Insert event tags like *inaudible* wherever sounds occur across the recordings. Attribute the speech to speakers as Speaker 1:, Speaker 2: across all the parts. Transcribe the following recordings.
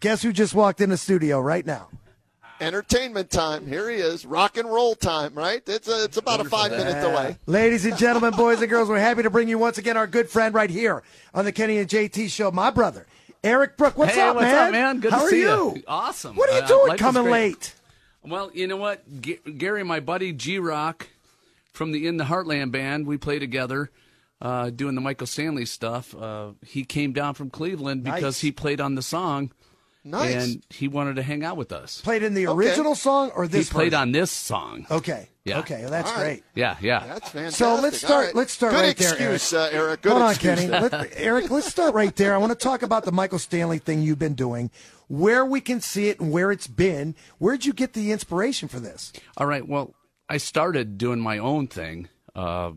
Speaker 1: Guess who just walked in the studio right now?
Speaker 2: Entertainment time. Here he is. Rock and roll time, right? It's a, it's about a five minute delay.
Speaker 1: Ladies and gentlemen, boys and girls, we're happy to bring you once again our good friend right here on the Kenny and JT show, my brother, Eric Brook. What's
Speaker 3: hey,
Speaker 1: up,
Speaker 3: what's
Speaker 1: man?
Speaker 3: up, man? Good
Speaker 1: How
Speaker 3: to
Speaker 1: are
Speaker 3: see
Speaker 1: you?
Speaker 3: Awesome.
Speaker 1: What are you
Speaker 3: Uh,
Speaker 1: doing
Speaker 3: life is
Speaker 1: coming
Speaker 3: great.
Speaker 1: late?
Speaker 3: Well, you know what, G- Gary, my buddy G Rock from the In the Heartland band, we play together. Uh, doing the Michael Stanley stuff. Uh, he came down from Cleveland because
Speaker 1: Nice.
Speaker 3: he played on the song
Speaker 2: Nice.
Speaker 3: and he wanted to hang out with us.
Speaker 1: Played in the original song or
Speaker 3: He
Speaker 1: this
Speaker 3: played
Speaker 1: version?
Speaker 3: on this song.
Speaker 1: Okay.
Speaker 3: Yeah.
Speaker 1: Okay, well, that's
Speaker 2: All right.
Speaker 1: great.
Speaker 3: Yeah, yeah.
Speaker 2: That's fantastic.
Speaker 1: So let's start-
Speaker 2: All right.
Speaker 1: let's start
Speaker 2: Good
Speaker 1: right there,
Speaker 2: excuse, there, Eric. Uh, Eric. Good
Speaker 1: Hold on,
Speaker 2: excuse
Speaker 1: Kenny.
Speaker 2: there.
Speaker 1: Let, Eric, let's start right there. I want to talk about the Michael Stanley thing you've been doing, where we can see it and where it's been. Where'd you get the inspiration for this?
Speaker 3: All right. Well, I started doing my own thing uh,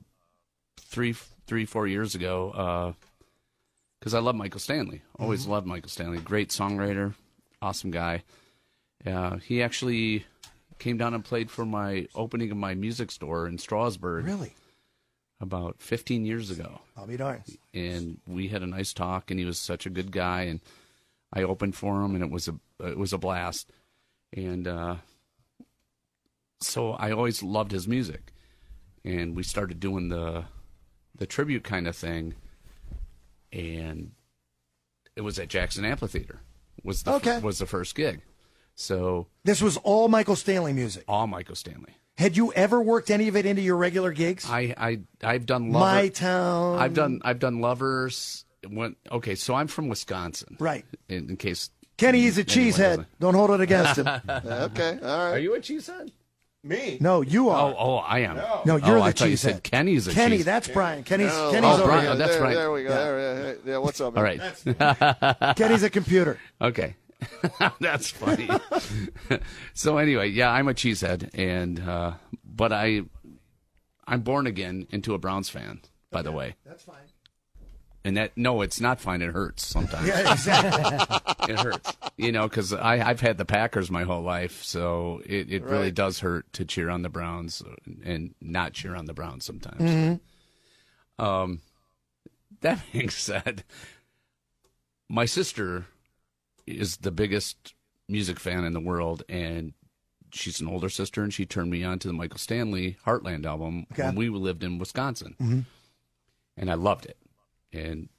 Speaker 3: three, three, four years ago because I love Michael Stanley. Always loved Michael Stanley. Great songwriter, awesome guy. Uh, he actually came down and played for my opening of my music store in Strasbourg
Speaker 1: Really?
Speaker 3: about 15 years ago
Speaker 1: I'll be darned.
Speaker 3: and we had a nice talk and he was such a good guy and I opened for him and it was a it was a blast and uh so I always loved his music and we started doing the the tribute kind of thing and it was at Jackson Amphitheater was the
Speaker 1: Okay.
Speaker 3: was the first gig so
Speaker 1: This was all Michael Stanley music.
Speaker 3: all Michael Stanley
Speaker 1: Had you ever worked any of it into your regular gigs?
Speaker 3: I I I've done Lover
Speaker 1: My town.
Speaker 3: I've done I've done Lovers when okay so I'm from Wisconsin
Speaker 1: Right.
Speaker 3: in, in case
Speaker 1: Kenny, he's a
Speaker 3: anyone
Speaker 1: cheesehead.
Speaker 3: doesn't.
Speaker 1: Don't hold it against
Speaker 3: *laughs*
Speaker 1: him.
Speaker 2: *laughs* Okay. All right.
Speaker 3: Are you a cheesehead?
Speaker 1: No, you
Speaker 3: Oh,
Speaker 1: are.
Speaker 3: oh, I am.
Speaker 1: no, you're
Speaker 3: oh,
Speaker 1: the
Speaker 3: I thought
Speaker 1: cheesehead.
Speaker 3: you said Kenny's a
Speaker 1: Kenny,
Speaker 3: cheese-
Speaker 1: that's Brian. Kenny's Kenny's
Speaker 3: Oh,
Speaker 1: over
Speaker 3: Brian,
Speaker 1: here.
Speaker 2: yeah,
Speaker 3: that's
Speaker 2: there,
Speaker 3: right.
Speaker 2: There we go. There, yeah, yeah, what's up?
Speaker 3: All
Speaker 2: man?
Speaker 3: right.
Speaker 1: Kenny's a computer.
Speaker 3: okay. *laughs* that's funny. *laughs* so anyway, yeah, I'm a cheesehead, and uh, but I, I'm born again into a Browns fan. By the way,
Speaker 1: That's fine.
Speaker 3: and that no, it's not fine. It hurts sometimes.
Speaker 1: Yeah, exactly.
Speaker 3: *laughs* It hurts, you know, because I I've had the Packers my whole life, so it it really
Speaker 2: Right.
Speaker 3: does hurt to cheer on the Browns and not cheer on the Browns sometimes. Um, that *laughs* being said, my sister is the biggest music fan in the world, and she's an older sister, and she turned me on to the Michael Stanley Heartland album
Speaker 1: Okay. Mm-hmm.
Speaker 3: when we lived in Wisconsin, and I loved it, and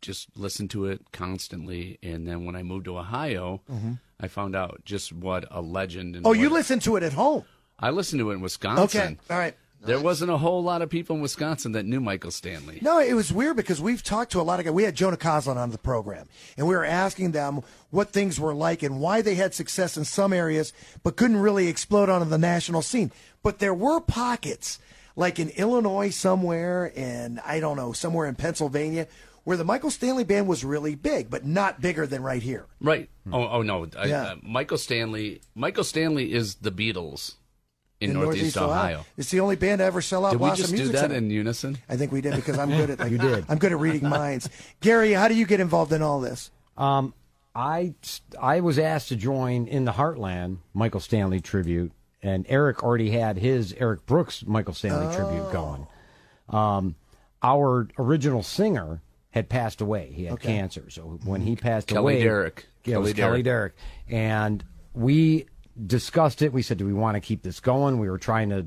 Speaker 3: just listened to it constantly. And then when I moved to Ohio, I found out just what a legend. And
Speaker 1: Mm-hmm. Oh,
Speaker 3: what-
Speaker 1: you listen to it at home.
Speaker 3: I listened to it in Wisconsin.
Speaker 1: Okay. All right.
Speaker 3: There wasn't a whole lot of people in Wisconsin that knew Michael Stanley.
Speaker 1: No, it was weird because we've talked to a lot of guys. We had Jonah Coslin on the program, and we were asking them what things were like and why they had success in some areas, but couldn't really explode onto the national scene. But there were pockets, like in Illinois somewhere, and I don't know, somewhere in Pennsylvania, where the Michael Stanley band was really big, but not bigger than right here.
Speaker 3: Right. Oh, oh no. I,
Speaker 1: Hmm. Yeah.
Speaker 3: uh, Michael Stanley. Michael Stanley is the Beatles in, Northeast, Ohio.
Speaker 1: it's the only band to ever sell out
Speaker 3: Did we
Speaker 1: lots of
Speaker 3: just do
Speaker 1: music.
Speaker 3: that
Speaker 1: centers.
Speaker 3: in unison?
Speaker 1: I think we did because I'm
Speaker 3: *laughs*
Speaker 1: good at like, you did. I'm good at reading minds. Gary, how do you get involved in all this?
Speaker 4: Um, I I was asked to join in the Heartland Michael Stanley tribute, and Eric already had his Eric Brooks Michael Stanley tribute going. Um, our original singer had passed away; he had cancer. So when he passed
Speaker 3: Kelly
Speaker 4: away,
Speaker 3: Derrick.
Speaker 4: yeah, it was
Speaker 3: Kelly
Speaker 4: Kelly Derrick, and we discussed it. We said, "Do we want to keep this going?" We were trying to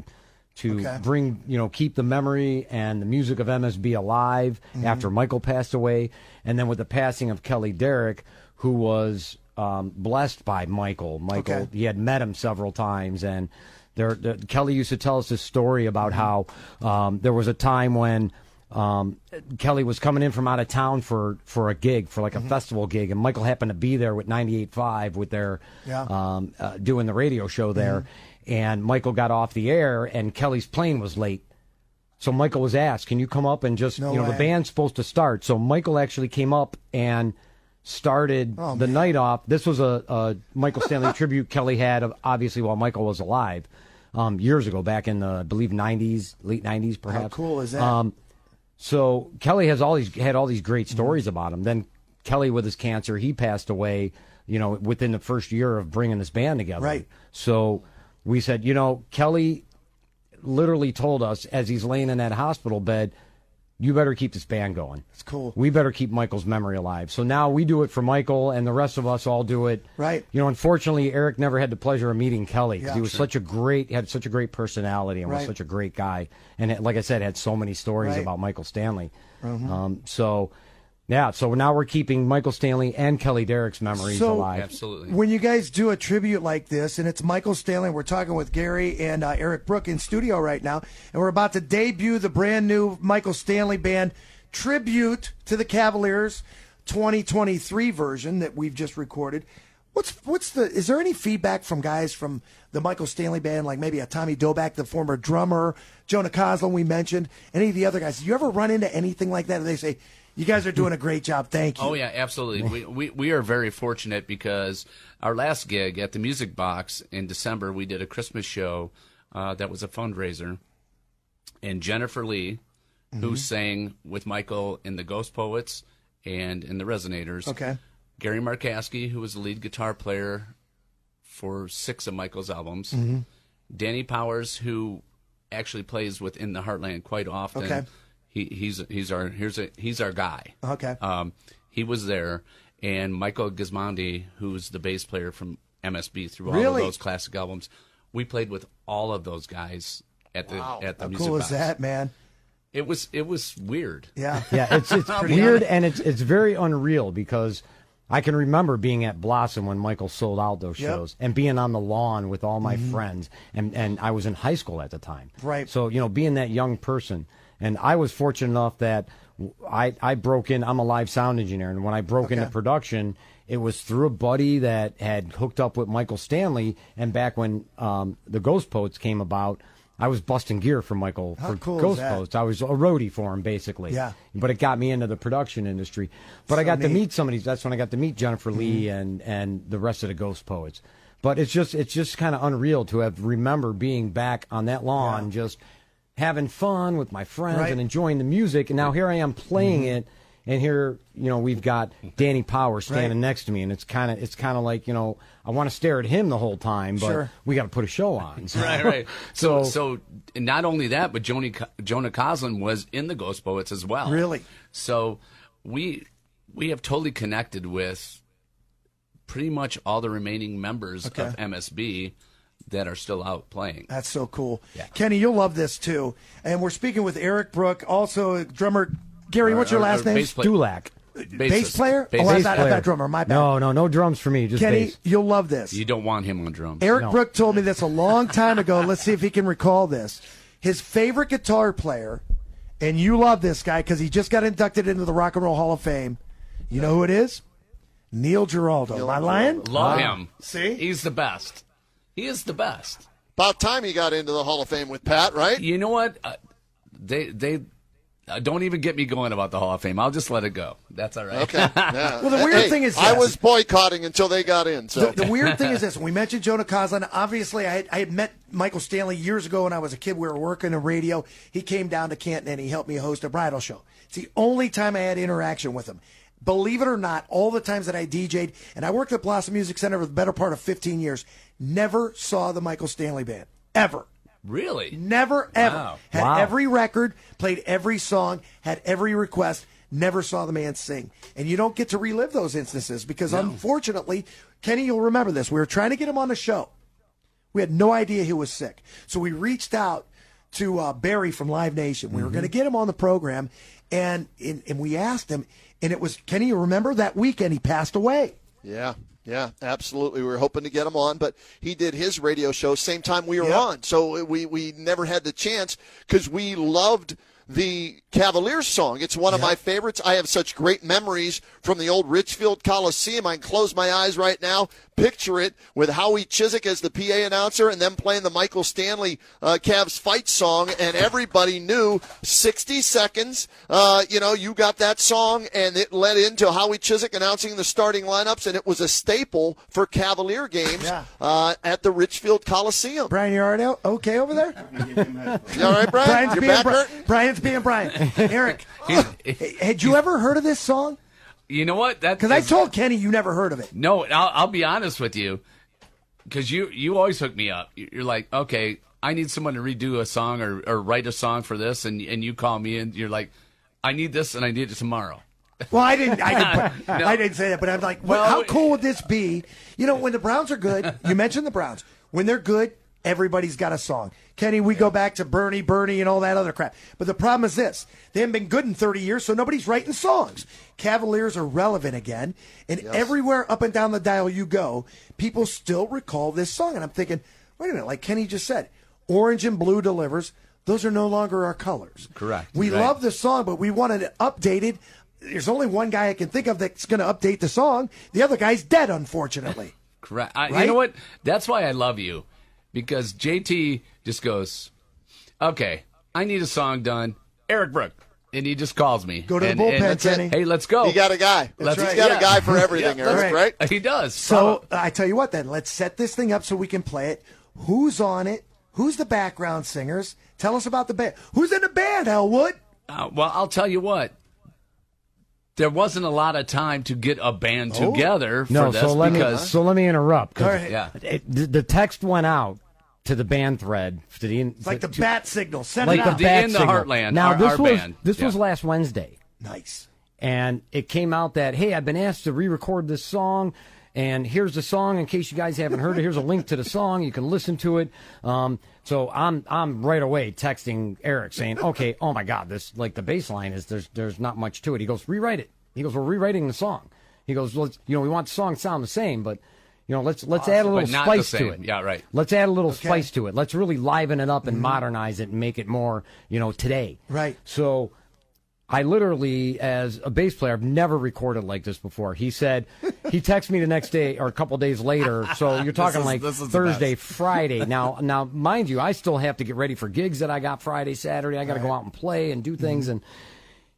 Speaker 4: to
Speaker 1: Okay.
Speaker 4: bring you know keep the memory and the music of MSB alive
Speaker 1: Mm-hmm.
Speaker 4: after Michael passed away, and then with the passing of Kelly Derrick, who was um, blessed by Michael. Michael
Speaker 1: Okay.
Speaker 4: he had met him several times, and there, there Kelly used to tell us this story about how um, there was a time when. Um, Kelly was coming in from out of town for, for a gig, for like a festival gig, and Michael happened to be there with 98.5 with their
Speaker 1: Yeah.
Speaker 4: um, uh, doing the radio show there. And Michael got off the air, and Kelly's plane was late. So Michael was asked, "Can you come up and just
Speaker 1: No
Speaker 4: you know
Speaker 1: way.
Speaker 4: the band's supposed to start?" So Michael actually came up and started
Speaker 1: Oh,
Speaker 4: the night off. This was a,
Speaker 1: *laughs*
Speaker 4: a Michael Stanley tribute Kelly had, of- obviously, while Michael was alive um, years ago, back in the, I believe, 90s, late 90s, perhaps.
Speaker 1: cool is that?
Speaker 4: Um, so Kelly has all these had all these great
Speaker 1: Mm-hmm.
Speaker 4: stories about him. Then Kelly with his cancer, he passed away. You know, within the first year of bringing this band together.
Speaker 1: Right.
Speaker 4: So we said, you know, Kelly literally told us as he's laying in that hospital bed, you better keep this band going. It's
Speaker 1: cool.
Speaker 4: We better keep Michael's memory alive. So now we do it for Michael, and the rest of us all do it.
Speaker 1: Right.
Speaker 4: You know, unfortunately, Eric never had the pleasure of meeting Kelly because
Speaker 1: Yeah,
Speaker 4: he was such a great, had such a great personality, and was
Speaker 1: Right.
Speaker 4: such a great guy. And it- like I said, had so many stories
Speaker 1: Right. Mm-hmm.
Speaker 4: about Michael Stanley. Um, so, yeah. So now we're keeping Michael Stanley and Kelly Derrick's memories
Speaker 1: So-
Speaker 4: alive.
Speaker 3: Absolutely.
Speaker 1: When you guys do a tribute like this, and it's Michael Stanley, we're talking with Gary and uh, Eric Brook in studio right now, and we're about to debut the brand new Michael Stanley Band tribute to the Cavaliers 2023 version that we've just recorded. What's what's the is there any feedback from guys from the Michael Stanley band like maybe a Tommy Doback the former drummer Jonah Coslin we mentioned any of the other guys you ever run into anything like that and they say you guys are doing a great job thank you
Speaker 3: Oh yeah, absolutely. we, we we are very fortunate because our last gig at the Music Box in December, we did a Christmas show uh, that was a fundraiser, and Jennifer Lee,
Speaker 1: Mm-hmm.
Speaker 3: who sang with Michael in the Ghost Poets and in the Resonators.
Speaker 1: okay
Speaker 3: Gary Markowski, who was the lead guitar player for six of Michael's albums.
Speaker 1: Mm-hmm.
Speaker 3: Danny Powers, who actually plays with In the Heartland quite often.
Speaker 1: Okay.
Speaker 3: He, he's he's our here's a he's our guy.
Speaker 1: okay
Speaker 3: Um, he was there, and Michael Gismondi, who's the bass player from MSB through all
Speaker 1: Really?
Speaker 3: of those classic albums, we played with all of those guys at the at the
Speaker 1: how
Speaker 3: music
Speaker 1: cool is
Speaker 3: box.
Speaker 1: that man
Speaker 3: It was it was weird. *laughs*
Speaker 1: yeah
Speaker 4: *laughs* Yeah, it's it's weird and it's it's very unreal because I can remember being at Blossom when Michael sold out those
Speaker 1: Yep. Mm-hmm.
Speaker 4: shows and being on the lawn with all my friends and and I was in high school at the time.
Speaker 1: Right.
Speaker 4: So you know, being that young person, and I was fortunate enough that w- I I broke in. I'm a live sound engineer, and when I broke into production. It was through a buddy that had hooked up with Michael Stanley, and back when um, the Ghost Poets came about, I was busting gear for Michael
Speaker 1: How
Speaker 4: for
Speaker 1: cool is
Speaker 4: Ghost
Speaker 1: that?
Speaker 4: Poets. I was a roadie for him, basically
Speaker 1: Yeah.
Speaker 4: but it got me into the production industry. But I got to
Speaker 1: neat.
Speaker 4: meet some of these. That's when I got to meet Jennifer
Speaker 1: Mm-hmm.
Speaker 4: Lee and and the rest of the Ghost Poets. But it's just it's just kind of unreal to have remember being back on that lawn, just having fun with my friends
Speaker 1: Right. Mm-hmm.
Speaker 4: and enjoying the music. And now here I am playing it, and here you know we've got Danny Power standing
Speaker 1: Right.
Speaker 4: next to me, and it's kind of it's kind of like you know I want to stare at him the whole time, but
Speaker 1: Sure.
Speaker 4: we got to put a show on. So-
Speaker 3: right,
Speaker 1: *laughs*
Speaker 3: right. So,
Speaker 4: So-
Speaker 3: so not only that, but Joni, Co- Jonah Coslin was in the Ghost Poets as well.
Speaker 1: Really?
Speaker 3: So we we have totally connected with pretty much all the remaining members
Speaker 1: Okay. Uh,
Speaker 3: of MSB that are still out playing.
Speaker 1: That's so cool. Kenny, you'll love this too. And we're speaking with Eric Brook, also drummer. Gary, what's your
Speaker 3: Our-
Speaker 1: last
Speaker 3: our
Speaker 1: name?
Speaker 3: bass player-
Speaker 4: Dulac,
Speaker 3: bassist.
Speaker 1: player? Oh, I
Speaker 3: Bassist.
Speaker 1: thought- I thought- drummer, my bad.
Speaker 4: No, no, no drums for me. Just
Speaker 1: Kenny,
Speaker 4: bass.
Speaker 1: you'll love this.
Speaker 3: You don't want him on drums.
Speaker 1: Eric Brook told me this a
Speaker 3: *laughs*
Speaker 1: long time ago. Let's see if he can recall this. His favorite guitar player, and you love this guy because he just got inducted into the Rock and Roll Hall of Fame. You know who it is? Neil Giraldo. My lion?
Speaker 3: Love him.
Speaker 1: Ah. See?
Speaker 3: he's the best. He is the best.
Speaker 2: About time you got into the Hall of Fame with Pat,
Speaker 3: *laughs*
Speaker 2: right?
Speaker 3: You know what? Uh, they they uh, don't even get me going about the Hall of Fame. I'll just let it go. That's all right.
Speaker 2: Okay. Yeah.
Speaker 1: Well, the weird
Speaker 2: Hey,
Speaker 1: thing is,
Speaker 2: I
Speaker 1: yes.
Speaker 2: was boycotting until they got in. So
Speaker 1: The, the weird thing is this: when we mentioned Jonah Coslin. Obviously, I had, I had met Michael Stanley years ago when I was a kid. We were working in radio. He came down to Canton and he helped me host a bridal show. It's the only time I had interaction with him. Believe it or not, all the times that I DJ'd and I worked at Blossom Music Center for the better part of 15 years, never saw the Michael Stanley band ever.
Speaker 3: Really?
Speaker 1: Never ever
Speaker 3: Wow.
Speaker 1: had
Speaker 4: Wow.
Speaker 1: every record, played every song, had every request. Never saw the man sing, and you don't get to relive those instances because unfortunately, Kenny, you'll remember this. We were trying to get him on the show. We had no idea he was sick, so we reached out to uh, Barry from Live Nation. We were going to get him on the program, and, and and we asked him, and it was Kenny. You remember that weekend he passed away.
Speaker 2: yeah, yeah, absolutely. We were hoping to get him on, but he did his radio show same time we were
Speaker 1: Yep.
Speaker 2: on, so we we never had the chance because we loved the Cavaliers song. It's one of my favorites. I have such great memories from the old Richfield Coliseum. I can close my eyes right now, picture it with Howie Chiswick as the PA announcer, and then playing the Michael Stanley uh, Cavs fight song. And everybody knew 60 seconds. Uh, you know, you got that song, and it led into Howie Chiswick announcing the starting lineups, and it was a staple for Cavalier games
Speaker 1: Yeah.
Speaker 2: uh, at the Richfield Coliseum.
Speaker 1: Brian, you all right out? Okay over there?
Speaker 2: You all right, Brian?
Speaker 1: Brian's
Speaker 2: Your
Speaker 1: being
Speaker 2: back
Speaker 1: Bri-
Speaker 2: hurt?
Speaker 1: Brian's being
Speaker 2: *laughs*
Speaker 1: Brian. Eric,
Speaker 3: He's-
Speaker 1: had you ever heard of this song?
Speaker 3: you know what? That
Speaker 1: Because I
Speaker 3: is-
Speaker 1: told Kenny you never heard of it.
Speaker 3: No, and I'll, I'll be honest with you, because you you always hook me up. You- You're like, okay, I need someone to redo a song or, or write a song for this, and and you call me and you're like, I need this and I need it tomorrow.
Speaker 1: Well, I didn't. I didn't, put-
Speaker 3: *laughs* No.
Speaker 1: I didn't say that, but I'm like,
Speaker 3: Well,
Speaker 1: how cool would this be? You know, when the Browns are good, you mentioned the Browns. When they're good, everybody's got a song. Kenny, we go back to Bernie, Bernie, and all that other crap. But the problem is this: they haven't been good in 30 years, so nobody's writing songs. Cavaliers are relevant again, and everywhere up and down the dial you go, people still recall this song. And I'm thinking, wait a minute, like Kenny just said, orange and blue delivers. Those are no longer our colors.
Speaker 3: Correct.
Speaker 1: We
Speaker 3: Right.
Speaker 1: love the song, but we wanted it updated. There's only one guy I can think of that's going to update the song. The other guy's dead, unfortunately.
Speaker 3: Correct. I, You
Speaker 1: Right?
Speaker 3: know what? That's why I love you, because JT just goes, okay, I need a song done. Eric Brook, and he just calls me.
Speaker 1: Go to the
Speaker 3: and,
Speaker 1: bullpen,
Speaker 3: and that's it.
Speaker 1: Kenny.
Speaker 3: Hey, let's go.
Speaker 2: He got a guy.
Speaker 3: That's
Speaker 2: He's
Speaker 3: right.
Speaker 2: got
Speaker 3: Yeah.
Speaker 2: a guy for everything,
Speaker 3: that's
Speaker 2: Eric, right?
Speaker 3: *laughs* He does.
Speaker 1: *laughs* So I tell you what, then let's set this thing up so we can play it. Who's on it? Who's the background singers? Tell us about the band. Who's in the band, Elwood?
Speaker 3: Uh, well, I'll tell you what. There wasn't a lot of time to get a band together for
Speaker 4: Oh. No,
Speaker 3: this
Speaker 4: so let me
Speaker 3: because
Speaker 4: so let me interrupt. 'cause
Speaker 1: All right.
Speaker 3: yeah,
Speaker 4: it- the, the text went out to the band thread to the
Speaker 1: It's like the bat signal. Send
Speaker 4: like
Speaker 1: it
Speaker 4: the
Speaker 1: out.
Speaker 3: The
Speaker 4: bat
Speaker 3: In the
Speaker 4: signal.
Speaker 3: Heartland,
Speaker 4: Now
Speaker 3: our-
Speaker 4: this
Speaker 3: our
Speaker 4: was
Speaker 3: band.
Speaker 4: this was
Speaker 3: Yeah.
Speaker 4: last Wednesday.
Speaker 1: nice.
Speaker 4: and it came out that hey i've been asked to re-record this song and here's the song in case you guys haven't heard it here's a link to the song you can listen to it um, so i'm i'm right away texting eric saying okay oh my god this like the bass line is there's there's not much to it he goes rewrite it he goes we're rewriting the song he goes let's you know we want the song to sound the same but you know let's let's add a little
Speaker 3: But not the
Speaker 4: spice to
Speaker 3: same.
Speaker 4: it
Speaker 3: Yeah, right.
Speaker 4: let's add a little spice to it let's really liven it up and modernize it and make it more you know today
Speaker 1: Right.
Speaker 4: so I literally, as a bass player, I've never recorded like this before. He said, he texted me the next day or a couple days later. So
Speaker 3: *laughs*
Speaker 4: you're talking
Speaker 3: is-
Speaker 4: like
Speaker 3: this is the
Speaker 4: Thursday,
Speaker 3: *laughs*
Speaker 4: Friday. Now, now, mind you, I still have to get ready for gigs that I got Friday, Saturday. I got to go out and play and do
Speaker 3: Mm-hmm.
Speaker 4: things. And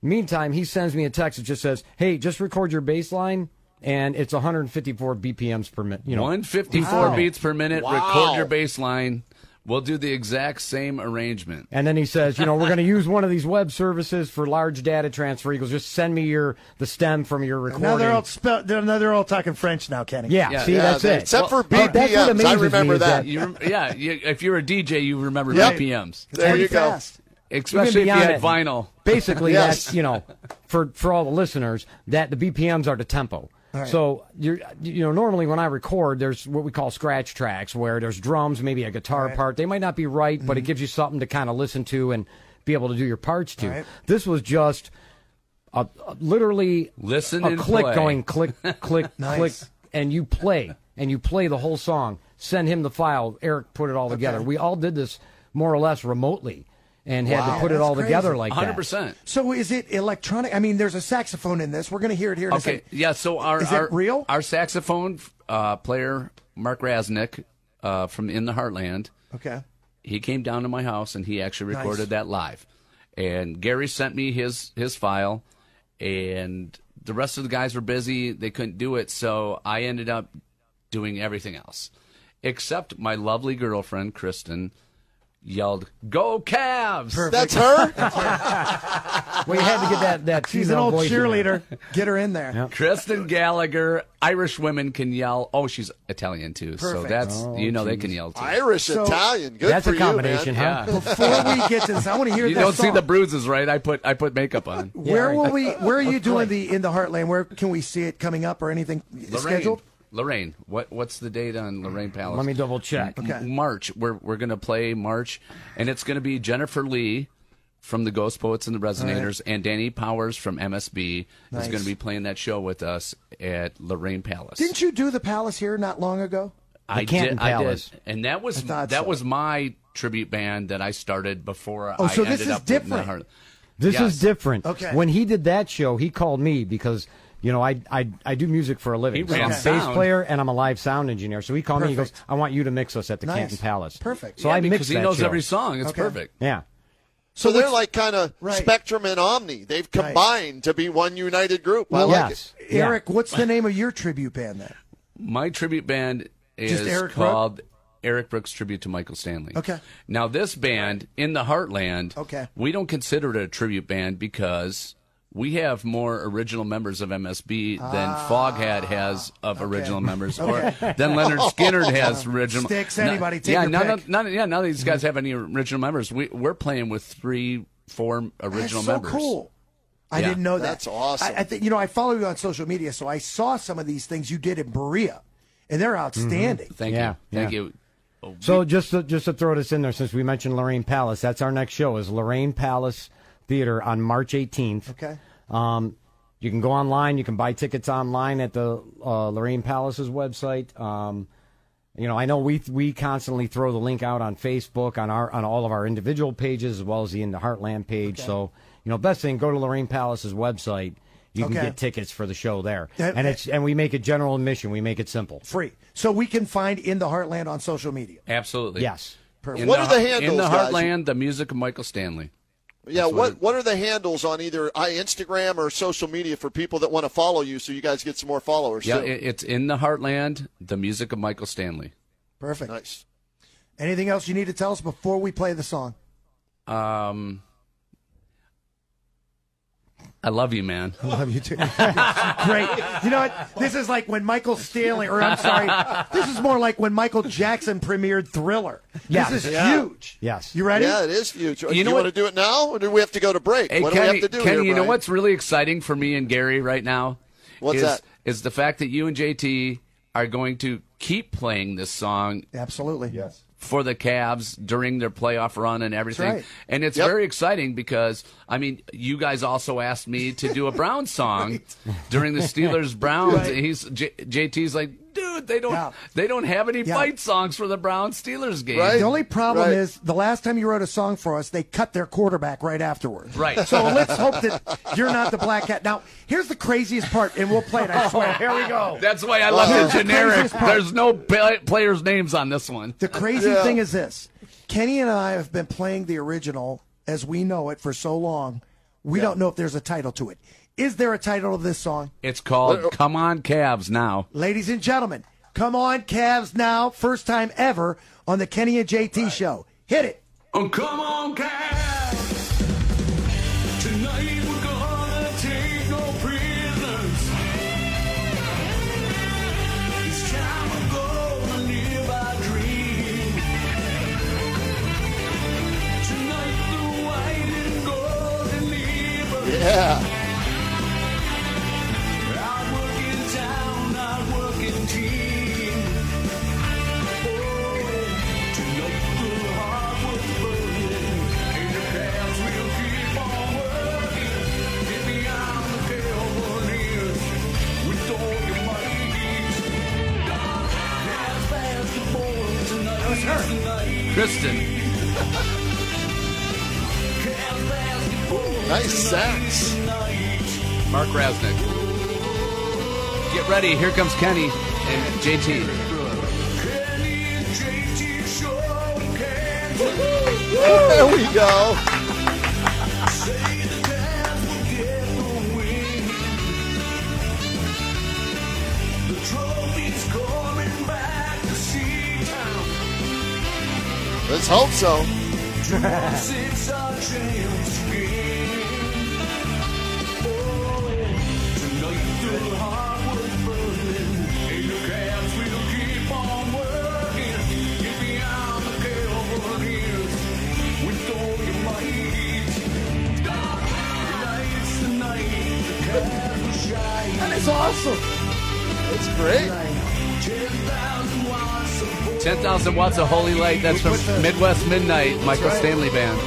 Speaker 4: meantime, he sends me a text that just says, "Hey, just record your bass line." And it's 154 BPMs per minute. You know,
Speaker 3: 154
Speaker 4: Wow.
Speaker 3: beats per minute.
Speaker 2: Wow.
Speaker 3: Record your bass line. We'll do the exact same arrangement.
Speaker 4: And then he says, you know, we're going to use one of these web services for large data transfer. He goes, just send me your the stem from your recording.
Speaker 1: Now they're all spe- they're, now they're all talking French now, Kenny.
Speaker 4: Yeah,
Speaker 3: Yeah.
Speaker 4: see,
Speaker 3: Yeah,
Speaker 4: that's
Speaker 2: they-
Speaker 4: it.
Speaker 2: except for
Speaker 4: Well, that's
Speaker 2: BPMs.
Speaker 4: what
Speaker 2: I
Speaker 4: amazes me
Speaker 2: remember
Speaker 4: is
Speaker 2: that.
Speaker 3: You, rem- yeah, you, if you're a DJ, you remember
Speaker 2: Yep.
Speaker 3: BPMs,
Speaker 2: There
Speaker 1: Pretty
Speaker 2: you go.
Speaker 1: fast.
Speaker 3: especially if you
Speaker 4: beyond
Speaker 3: had
Speaker 4: it.
Speaker 3: vinyl.
Speaker 4: *laughs* Basically,
Speaker 2: Yes.
Speaker 4: that's you know, for for all the listeners, that the BPMs are the tempo. So you're you know normally when I record, there's what we call scratch tracks where there's drums, maybe a guitar part. They might not be right,
Speaker 1: Mhm.
Speaker 4: but it gives you something to kind of listen to and be able to do your parts to.
Speaker 1: right.
Speaker 4: This was just a, a- literally
Speaker 3: Listen
Speaker 4: a
Speaker 3: and
Speaker 4: click
Speaker 3: play.
Speaker 4: going click
Speaker 3: *laughs*
Speaker 4: click click,
Speaker 1: Nice.
Speaker 4: and you play and you play the whole song. Send him the file. Eric put it all together. We all did this more or less remotely and had
Speaker 1: Wow.
Speaker 4: to put it
Speaker 1: That's
Speaker 4: all
Speaker 1: crazy.
Speaker 4: together like that.
Speaker 3: 100. percent
Speaker 1: So is it electronic? I mean, there's a saxophone in this. We're going to hear it here. In a
Speaker 3: Okay,
Speaker 1: second.
Speaker 3: yeah. So our
Speaker 1: Is it
Speaker 3: our,
Speaker 1: real?
Speaker 3: our saxophone uh, player Mark Rasnick uh, from In the Heartland.
Speaker 1: Okay.
Speaker 3: he came down to my house and he actually
Speaker 1: Nice.
Speaker 3: recorded that live. And Gary sent me his his file, and the rest of the guys were busy; they couldn't do it. So I ended up doing everything else, except my lovely girlfriend Kristen yelled, "Go Cavs!"
Speaker 2: That's her?
Speaker 4: Well, you had to get that that
Speaker 1: She's an
Speaker 4: female
Speaker 1: old
Speaker 4: voice in there.
Speaker 1: cheerleader. *laughs* Get her in there.
Speaker 3: Kristen Gallagher. Irish women can yell. Oh, she's Italian too, so
Speaker 1: Perfect.
Speaker 3: that's you know they can yell too.
Speaker 2: Irish,
Speaker 1: So-
Speaker 2: Italian. Good
Speaker 4: That's
Speaker 2: for
Speaker 4: a combination,
Speaker 2: you, man.
Speaker 3: Yeah.
Speaker 1: Before we get to this, I want to hear
Speaker 3: You
Speaker 1: this
Speaker 3: don't see
Speaker 1: song.
Speaker 3: the bruises, right? I put I put makeup on.
Speaker 1: Where
Speaker 4: Yeah,
Speaker 1: will
Speaker 4: right.
Speaker 1: we? Where are you doing the in the Heartland? Where can we see it coming up or anything scheduled?
Speaker 3: Lorraine, what what's the date on Lorraine Palace?
Speaker 4: Let me double check.
Speaker 3: M-
Speaker 1: Okay.
Speaker 3: March. We're we're gonna play March, and it's gonna be Jennifer Lee from the Ghost Poets and the Resonators, and Danny Powers from MSB
Speaker 1: Nice.
Speaker 3: is gonna be playing that show with us at Lorraine Palace.
Speaker 1: Didn't you do the Palace here not long ago?
Speaker 3: I
Speaker 4: Canton
Speaker 3: did, I did.
Speaker 4: Palace.
Speaker 3: and that was
Speaker 1: thought
Speaker 3: that
Speaker 1: so.
Speaker 3: was my tribute band that I started before.
Speaker 1: Oh,
Speaker 3: I
Speaker 1: so this
Speaker 3: ended
Speaker 1: is
Speaker 3: up with the
Speaker 1: different.
Speaker 3: Har-
Speaker 4: This
Speaker 3: Yes.
Speaker 4: is different.
Speaker 1: Okay.
Speaker 4: When he did that show, he called me because you know I I, I do music for a living.
Speaker 3: He
Speaker 4: so
Speaker 3: ran
Speaker 4: I'm a bass
Speaker 3: sound.
Speaker 4: player and I'm a live sound engineer. So he called me. He goes,
Speaker 1: Perfect.
Speaker 4: "I want you to mix us at the
Speaker 1: Nice.
Speaker 4: Canton Palace."
Speaker 1: Perfect.
Speaker 4: So
Speaker 3: yeah,
Speaker 4: I
Speaker 3: because
Speaker 4: mixed
Speaker 3: he
Speaker 4: that
Speaker 3: knows
Speaker 4: show.
Speaker 3: every song. It's
Speaker 1: Okay.
Speaker 3: perfect.
Speaker 4: Yeah.
Speaker 2: So they're
Speaker 1: let's-
Speaker 2: like kind of
Speaker 1: Right.
Speaker 2: Spectrum and Omni. They've
Speaker 1: Right.
Speaker 2: combined to be one united group. I like it.
Speaker 4: yes. Yeah.
Speaker 1: Eric, what's
Speaker 3: *laughs*
Speaker 1: the name of your tribute band then?
Speaker 3: My tribute band
Speaker 1: Just
Speaker 3: is
Speaker 1: Eric Brook?
Speaker 3: called Eric Brooks Tribute to Michael Stanley.
Speaker 1: Okay.
Speaker 3: Now this band in the Heartland,
Speaker 1: Okay.
Speaker 3: we don't consider it a tribute band because we have more original members of MSB than
Speaker 1: Ah,
Speaker 3: Foghat has of original members, or than Leonard
Speaker 1: *laughs*
Speaker 3: Skinner has original.
Speaker 1: Sticks,
Speaker 3: No-
Speaker 1: anybody, take
Speaker 3: yeah,
Speaker 1: your
Speaker 3: none
Speaker 1: pick.
Speaker 3: Of, none, yeah, none of these guys have any original members. We, we're playing with three, four original
Speaker 1: That's so
Speaker 3: members.
Speaker 1: cool. I
Speaker 3: Yeah.
Speaker 1: didn't know that.
Speaker 2: That's awesome.
Speaker 1: I, I think you know I follow you on social media, so I saw some of these things you did in Berea, and they're outstanding.
Speaker 3: Mm-hmm. Thank
Speaker 4: Yeah,
Speaker 3: you. Thank
Speaker 4: yeah.
Speaker 3: you. Oh,
Speaker 4: So just to, just to throw this in there, since we mentioned Lorraine Palace, that's our next show is Lorraine Palace Theater on March 18th.
Speaker 1: Okay.
Speaker 4: Um, you can go online. You can buy tickets online at the uh, Lorraine Palace's website. Um, you know, I know we we constantly throw the link out on Facebook on our on all of our individual pages as well as the In the Heartland page. So you know, best thing go to Lorraine Palace's website. You can
Speaker 1: Okay.
Speaker 4: get tickets for the show there,
Speaker 1: That-
Speaker 4: and it's and we make it general admission. We make it simple.
Speaker 1: Free, so we can find in the Heartland on social media.
Speaker 3: absolutely.
Speaker 4: Yes.
Speaker 3: In
Speaker 2: What are the handles,
Speaker 3: In the
Speaker 2: guys?
Speaker 3: Heartland, the music of Michael Stanley.
Speaker 2: Yeah, what what are the handles on either I Instagram or social media for people that want to follow you so you guys get some more followers?
Speaker 3: Yeah,
Speaker 2: too?
Speaker 3: it, it's in the Heartland, the music of Michael Stanley.
Speaker 1: Perfect.
Speaker 2: nice.
Speaker 1: Anything else you need to tell us before we play the song?
Speaker 3: Um, I love you, man.
Speaker 1: I love you too. *laughs* Great. You know what? This is like when Michael Stanley, or I'm sorry, this is more like when Michael Jackson premiered Thriller.
Speaker 4: Yeah.
Speaker 1: This is
Speaker 2: Yeah.
Speaker 1: huge.
Speaker 4: Yes.
Speaker 1: You ready?
Speaker 2: Yeah, it is huge. You,
Speaker 3: You know
Speaker 2: want to
Speaker 3: what-
Speaker 2: do it now, or do we have to go to break?
Speaker 3: Hey,
Speaker 2: what do
Speaker 3: Kenny,
Speaker 2: we have to do
Speaker 3: Kenny,
Speaker 2: here,
Speaker 3: you know
Speaker 2: Brian?
Speaker 3: what's really exciting for me and Gary right now?
Speaker 2: What's
Speaker 3: is,
Speaker 2: that?
Speaker 3: Is the fact that you and JT are going to keep playing this song
Speaker 1: Absolutely. Yes.
Speaker 3: for the Cavs during their playoff run and everything.
Speaker 1: right.
Speaker 3: And it's
Speaker 2: Yep.
Speaker 3: very exciting because I mean, you guys also asked me to do
Speaker 1: *laughs*
Speaker 3: a Brown song during the Steelers Browns. He's J- JT's like, dude, they don't
Speaker 1: Yeah.
Speaker 3: they don't have any
Speaker 1: Yeah.
Speaker 3: fight songs for the Browns Steelers game.
Speaker 2: Right.
Speaker 1: The only problem
Speaker 2: Right.
Speaker 1: is the last time you wrote a song for us, they cut their quarterback right afterwards.
Speaker 3: Right.
Speaker 1: So let's hope that you're not the black cat. Now, here's the craziest part, and we'll play it. I swear. Here we go.
Speaker 3: That's why I love
Speaker 1: Here's
Speaker 3: the
Speaker 1: the
Speaker 3: generic.
Speaker 1: craziest part.
Speaker 3: There's no pla- players' names on this one.
Speaker 1: The crazy
Speaker 2: Yeah.
Speaker 1: thing is this Kenny and I have been playing the original as we know it for so long, we don't know if there's a title to it. Is there a title to this song?
Speaker 3: It's
Speaker 1: uh,
Speaker 3: called "Come On Cavs" now.
Speaker 1: Ladies and gentlemen, come on, Cavs now, first time ever on the Kenny and JT show. Hit it.
Speaker 5: Oh, come on, Cavs! Tonight we're gonna take no prisoners. It's time we're gonna live our dream. Tonight the white and gold deliver.
Speaker 2: Yeah,
Speaker 5: Our working town, our working team. Oh, tonight the hardwood's burning, and the paths will keep on working. Get beyond the Cavaliers with all your might. That's basketball tonight. tonight.
Speaker 3: Kristen,
Speaker 5: Cavs basketball
Speaker 2: nice sax.
Speaker 5: tonight.
Speaker 3: Mark Rasnick. Get ready. Here comes Kenny and JT.
Speaker 5: Kenny and JT show can
Speaker 2: There we go.
Speaker 5: say the Cavs will get the win. The trophy's coming back to see town.
Speaker 2: Let's hope so.
Speaker 5: Since our champs game. Oh, tonight the hardwood's burning. And the Cavs will keep on working. Get beyond the Cavaliers with all your might. Tonight's the night the Cavs will shine.
Speaker 1: That's awesome.
Speaker 2: It's great.
Speaker 5: 10,000 watts of
Speaker 3: Ten thousand watts of holy light. That's from Midwest Midnight. Michael Stanley Band.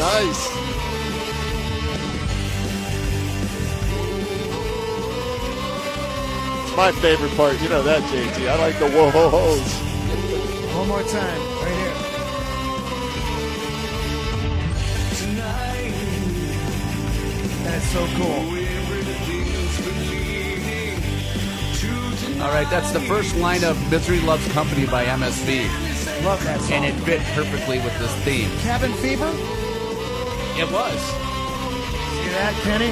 Speaker 2: Nice. It's my favorite part. You know that, JT. I like the whoa ho ho's.
Speaker 1: One more time, right here.
Speaker 5: tonight.
Speaker 1: That's so cool.
Speaker 3: All right, that's the first line of Misery Loves Company by MSV,
Speaker 1: Love that song.
Speaker 3: and it fit perfectly with this theme.
Speaker 1: Cabin Fever?
Speaker 3: It was.
Speaker 1: See that, Kenny?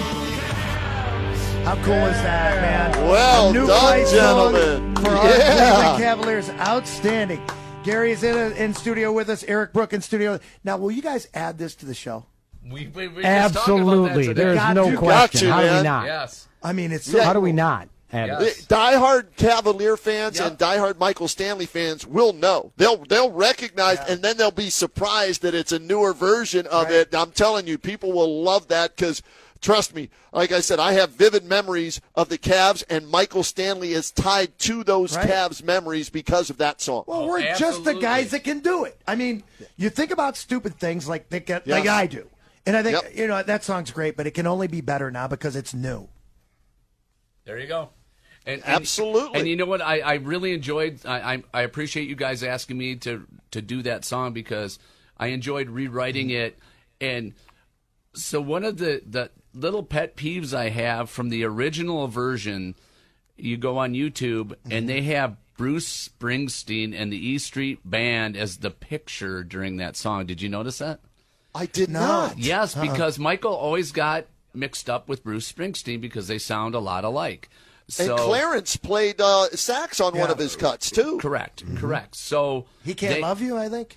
Speaker 1: How cool is that, man?
Speaker 2: Well
Speaker 1: A new
Speaker 2: done,
Speaker 1: fight song
Speaker 2: gentlemen.
Speaker 1: For our
Speaker 2: Yeah.
Speaker 1: Cleveland Cavaliers, outstanding. Gary is in, uh, in studio with us. Eric Brook in studio. Now, will you guys add this to the show?
Speaker 3: We, we, we
Speaker 4: Absolutely. There
Speaker 1: Got
Speaker 4: is no
Speaker 1: you, got
Speaker 4: question.
Speaker 2: you,
Speaker 4: How do we
Speaker 2: man.
Speaker 4: not?
Speaker 3: Yes.
Speaker 1: I mean, it's so
Speaker 4: How do we not? Adam?
Speaker 3: Yes.
Speaker 2: Diehard Cavalier fans
Speaker 3: Yep.
Speaker 2: and diehard Michael Stanley fans will know. They'll they'll recognize and then they'll be surprised that it's a newer version of it. I'm telling you, people will love that because trust me, like I said, I have vivid memories of the Cavs and Michael Stanley is tied to those
Speaker 1: Right.
Speaker 2: Cavs memories because of that song.
Speaker 1: Well, we're just the
Speaker 3: absolutely.
Speaker 1: guys that can do it. I mean, you think about stupid things like they get,
Speaker 2: Yes.
Speaker 1: like I do, and I think
Speaker 2: Yep.
Speaker 1: you know that song's great, but it can only be better now because it's new.
Speaker 3: There you go. And, and-
Speaker 2: Absolutely.
Speaker 3: And you know what? I, I really enjoyed. I, I I appreciate you guys asking me to to do that song because I enjoyed rewriting it. And so one of the the little pet peeves I have from the original version, you go on YouTube and they have Bruce Springsteen and the E Street Band as the picture during that song. Did you notice that?
Speaker 2: I did not.
Speaker 3: Yes, because Michael always got mixed up with Bruce Springsteen because they sound a lot alike. So
Speaker 2: and Clarence played uh, sax on one of his cuts too.
Speaker 3: correct, correct. So
Speaker 1: Mm-hmm. He can't
Speaker 3: they-
Speaker 1: love you, I think.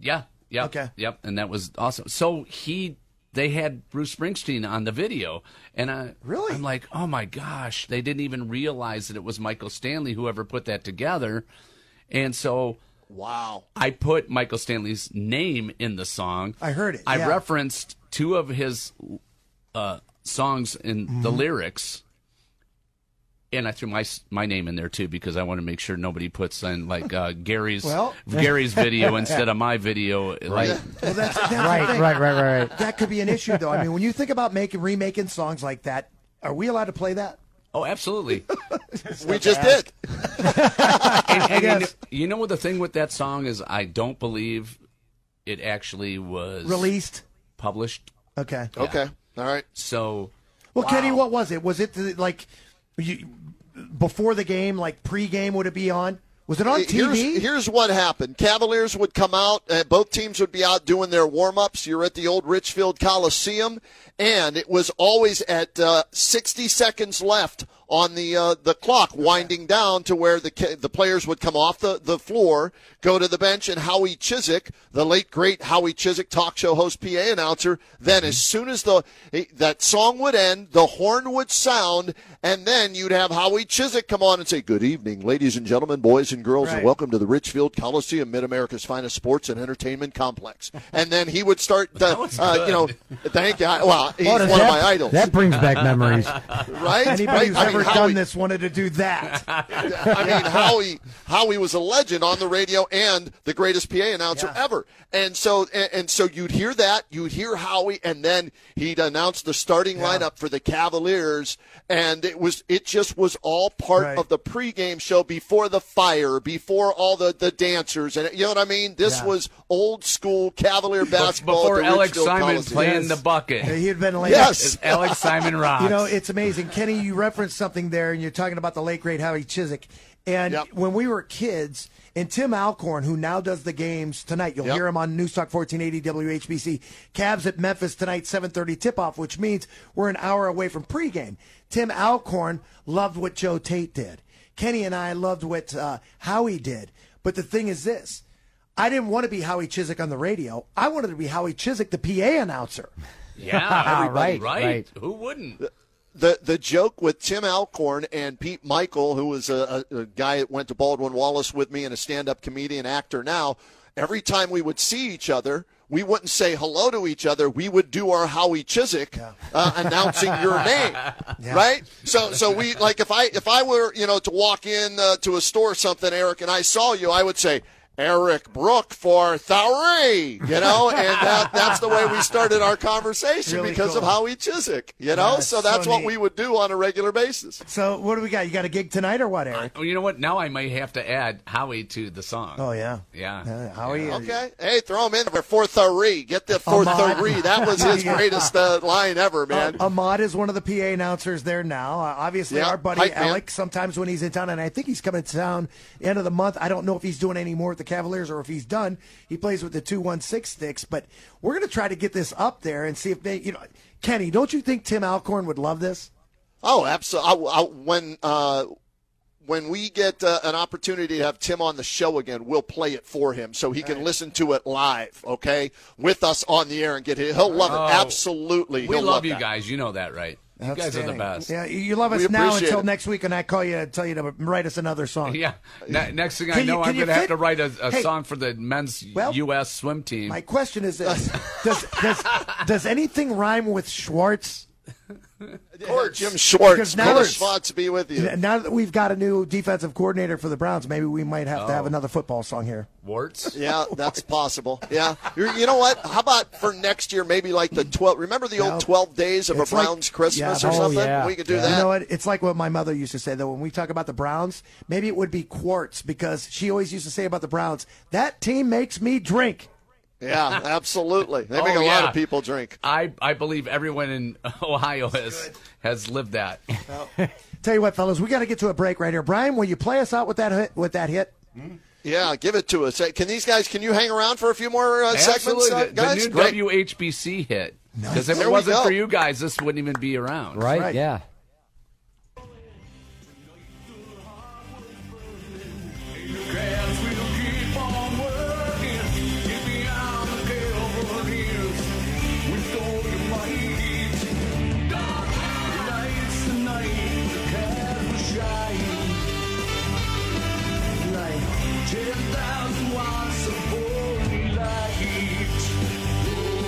Speaker 3: Yeah, yeah.
Speaker 1: Okay.
Speaker 3: Yep, and that was awesome. So he they had Bruce Springsteen on the video and I
Speaker 1: Really?
Speaker 3: I'm like, "Oh my gosh, they didn't even realize that it was Michael Stanley whoever put that together." And so
Speaker 2: Wow.
Speaker 3: I put Michael Stanley's name in the song.
Speaker 1: I heard it,
Speaker 3: I
Speaker 1: yeah.
Speaker 3: referenced two of his uh, songs in the
Speaker 1: Mm-hmm.
Speaker 3: lyrics, and I threw my s- my name in there too because I want to make sure nobody puts in like uh, Gary's
Speaker 1: Well- *laughs*
Speaker 3: Gary's video instead of my video. Like,
Speaker 1: Well,
Speaker 2: *laughs*
Speaker 1: that's, that's the
Speaker 4: Right,
Speaker 1: thing.
Speaker 4: right, right, right, right.
Speaker 1: That could be an issue, though. I mean, when you think about making remaking songs like that, are we allowed to play that?
Speaker 3: oh,
Speaker 1: *laughs*
Speaker 3: absolutely.
Speaker 2: We just did.
Speaker 3: And- and you, know,
Speaker 1: guess.
Speaker 3: you know what the thing with that song is? I don't believe it actually was
Speaker 1: Released?
Speaker 3: published.
Speaker 1: Okay.
Speaker 2: Okay. All right.
Speaker 3: So
Speaker 1: Well, Kenny, what was it? Was it the, like you, before the game, like pre-game? Would it be on? Was it on TV?
Speaker 2: Here's, here's what happened. Cavaliers would come out. Uh, both teams would be out doing their warm-ups. You're at the old Richfield Coliseum, and it was always at uh, 60 seconds left on the uh, the clock, winding down to where the ca- the players would come off the, the floor, go to the bench, and Howie Chiswick, the late great Howie Chiswick, talk show host, PA announcer. Then as soon as the that song would end, the horn would sound, and then you'd have Howie Chiswick come on and say, "Good evening, ladies and gentlemen, boys and girls,
Speaker 1: Right.
Speaker 2: and welcome to the Richfield Coliseum, Mid America's finest sports and entertainment complex." And then he would start, uh, uh, you know, thank you. I- Well, he's
Speaker 1: Oh,
Speaker 2: one
Speaker 1: does
Speaker 2: of
Speaker 1: that-
Speaker 2: my idols,
Speaker 4: That brings back memories.
Speaker 2: right?
Speaker 1: Anybody
Speaker 2: Right?
Speaker 1: who's
Speaker 2: I mean,
Speaker 1: ever
Speaker 2: Howie-
Speaker 1: done this wanted to do
Speaker 2: *laughs*
Speaker 1: that.
Speaker 2: I mean,
Speaker 3: *laughs*
Speaker 2: Howie Howie was a legend on the radio and the greatest PA announcer
Speaker 1: Yeah.
Speaker 2: ever. And so and, and so you'd hear that, you'd hear Howie, and then he'd announce the starting lineup for the Cavaliers, and it was it just was all part
Speaker 1: Right.
Speaker 2: of the pregame show before the fire, before all the the dancers, and you know what I mean. This
Speaker 1: Yeah.
Speaker 2: was old school Cavalier basketball.
Speaker 3: before
Speaker 2: at the
Speaker 3: Alex
Speaker 2: Ridgefield
Speaker 3: Simon
Speaker 2: Coliseum.
Speaker 3: playing the bucket.
Speaker 1: He
Speaker 3: *laughs*
Speaker 1: had been late.
Speaker 2: Yes.
Speaker 1: *laughs*
Speaker 3: Alex Simon rocks.
Speaker 1: You know, it's amazing. Kenny, you referenced something there, and you're talking about the late, great Howie Chiswick. And
Speaker 2: Yep.
Speaker 1: when we were kids, and Tim Alcorn, who now does the games tonight, you'll
Speaker 2: Yep.
Speaker 1: hear him on Newstalk 1480 WHBC. Cavs at Memphis tonight, 7.30 tip-off, which means we're an hour away from pregame. Tim Alcorn loved what Joe Tate did. Kenny and I loved what uh, Howie did. But the thing is this. I didn't want to be Howie Chiswick on the radio. I wanted to be Howie Chiswick, the PA announcer. *laughs*
Speaker 3: yeah, everybody,
Speaker 4: Right,
Speaker 3: right,
Speaker 4: right.
Speaker 3: Who wouldn't?
Speaker 2: the the joke with Tim Alcorn and Pete Michael, who was a, a, a guy that went to Baldwin Wallace with me and a stand up comedian actor now, every time we would see each other, we wouldn't say hello to each other. We would do our Howie Chiswick uh, announcing
Speaker 1: *laughs*
Speaker 2: your name, right? So so we like if I if I were you know to walk in uh, to a store or something, Eric, and I saw you, I would say. Eric Brook for Thowry, you know, and that, that's the way we started our conversation
Speaker 1: Really
Speaker 2: because of
Speaker 1: cool.
Speaker 2: Howie Chiswick, you know.
Speaker 1: that's
Speaker 2: so that's
Speaker 1: so
Speaker 2: what
Speaker 1: neat.
Speaker 2: we would do on a regular basis.
Speaker 1: So what do we got? You got a gig tonight or what, Eric?
Speaker 3: Oh, you know what? Now I might have to add Howie to the song.
Speaker 1: Oh yeah.
Speaker 3: Yeah.
Speaker 1: Uh, how are you?
Speaker 2: Okay, hey, throw him in there for Thowry. Get the for
Speaker 1: Ahmad.
Speaker 2: Thowry. That was
Speaker 1: *laughs*
Speaker 2: his
Speaker 1: Yeah. Uh,
Speaker 2: greatest uh, line ever, man.
Speaker 1: Ahmad is one of the PA announcers there now. Uh, obviously,
Speaker 2: Yeah,
Speaker 1: our buddy
Speaker 2: hype man.
Speaker 1: Alec, sometimes when he's in town, and I think he's coming to town end of the month. I don't know if he's doing any more with the Cavaliers or if he's done. He plays with the 216 sticks, but we're going to try to get this up there and see if they, you know, Kenny, don't you think Tim Alcorn would love this?
Speaker 2: Oh, absolutely. I, I, when uh, when we get uh, an opportunity to have Tim on the show again, we'll play it for him so he can listen to it live. Okay, with us on the air and get it. He'll love it. Absolutely,
Speaker 3: Oh. We
Speaker 2: He'll
Speaker 3: love, you
Speaker 2: that.
Speaker 3: guys. You know that, right? You guys are the
Speaker 1: Outstanding.
Speaker 3: best.
Speaker 1: Yeah, you- you love us
Speaker 2: We
Speaker 1: now
Speaker 2: appreciate
Speaker 1: until
Speaker 2: it.
Speaker 1: next week, and I call you and tell you to write us another song.
Speaker 3: *laughs* Yeah. Ne- next thing I
Speaker 1: Can you-
Speaker 3: know,
Speaker 1: can
Speaker 3: I'm
Speaker 1: you
Speaker 3: going to have
Speaker 1: fit-
Speaker 3: to write a, a
Speaker 1: Hey.
Speaker 3: song for the men's
Speaker 1: Well,
Speaker 3: U.S. swim team.
Speaker 1: My question is this: does, does does anything rhyme with Schwartz?
Speaker 2: Or Jim Schwartz.
Speaker 1: Because now
Speaker 2: Now
Speaker 1: it's-
Speaker 2: Schwartz be with you.
Speaker 1: N- Now that we've got a new defensive coordinator for the Browns, maybe we might have to have another football song here. *laughs*
Speaker 3: Warts.
Speaker 2: Yeah, that's possible. Yeah, you you know what? How about for next year, maybe like the twelve? Remember the
Speaker 1: No.
Speaker 2: old twelve days of a
Speaker 1: It's like-
Speaker 2: Browns Christmas
Speaker 1: yeah,
Speaker 2: or
Speaker 1: oh,
Speaker 2: something?
Speaker 4: yeah.
Speaker 2: We could do
Speaker 4: Yeah.
Speaker 2: that.
Speaker 1: You know what? It's like what my mother used to say though. When we talk about the Browns, maybe it would be quartz because she always used to say about the Browns, "That team makes me drink."
Speaker 2: yeah, absolutely. They make
Speaker 3: Oh,
Speaker 2: a lot
Speaker 3: yeah.
Speaker 2: of people drink.
Speaker 3: I, I believe everyone in *laughs* Ohio has has lived that.
Speaker 1: Tell you what, fellas, we got to get to a break right here. Brian, will you play us out with that hit? With that hit?
Speaker 2: Yeah, give it to us. Hey, Can these guys? Can you hang around for a few more uh, segments, uh,
Speaker 3: Absolutely. The, the
Speaker 2: guys?
Speaker 3: new
Speaker 2: Great.
Speaker 3: WHBC hit. Because if
Speaker 2: There
Speaker 3: it
Speaker 2: we
Speaker 3: wasn't
Speaker 2: go.
Speaker 3: for you guys, this wouldn't even be around.
Speaker 4: *laughs* Right?
Speaker 1: right.
Speaker 4: Yeah.
Speaker 5: Cats will keep on working. Get behind the Calvary Hills. With all your might. Tonight's the night the cat will shine. Like 10,000 watts of holy light.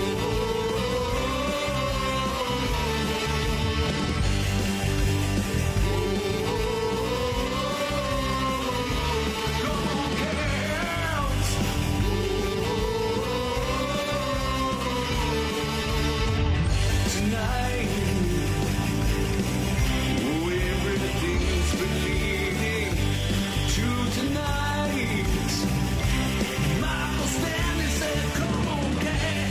Speaker 5: Tonight, oh, everything's been leading to tonight. Michael Stanley said, "Come on, cats."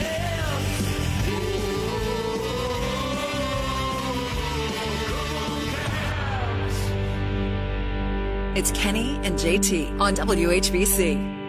Speaker 6: It's Kenny and JT on WHBC.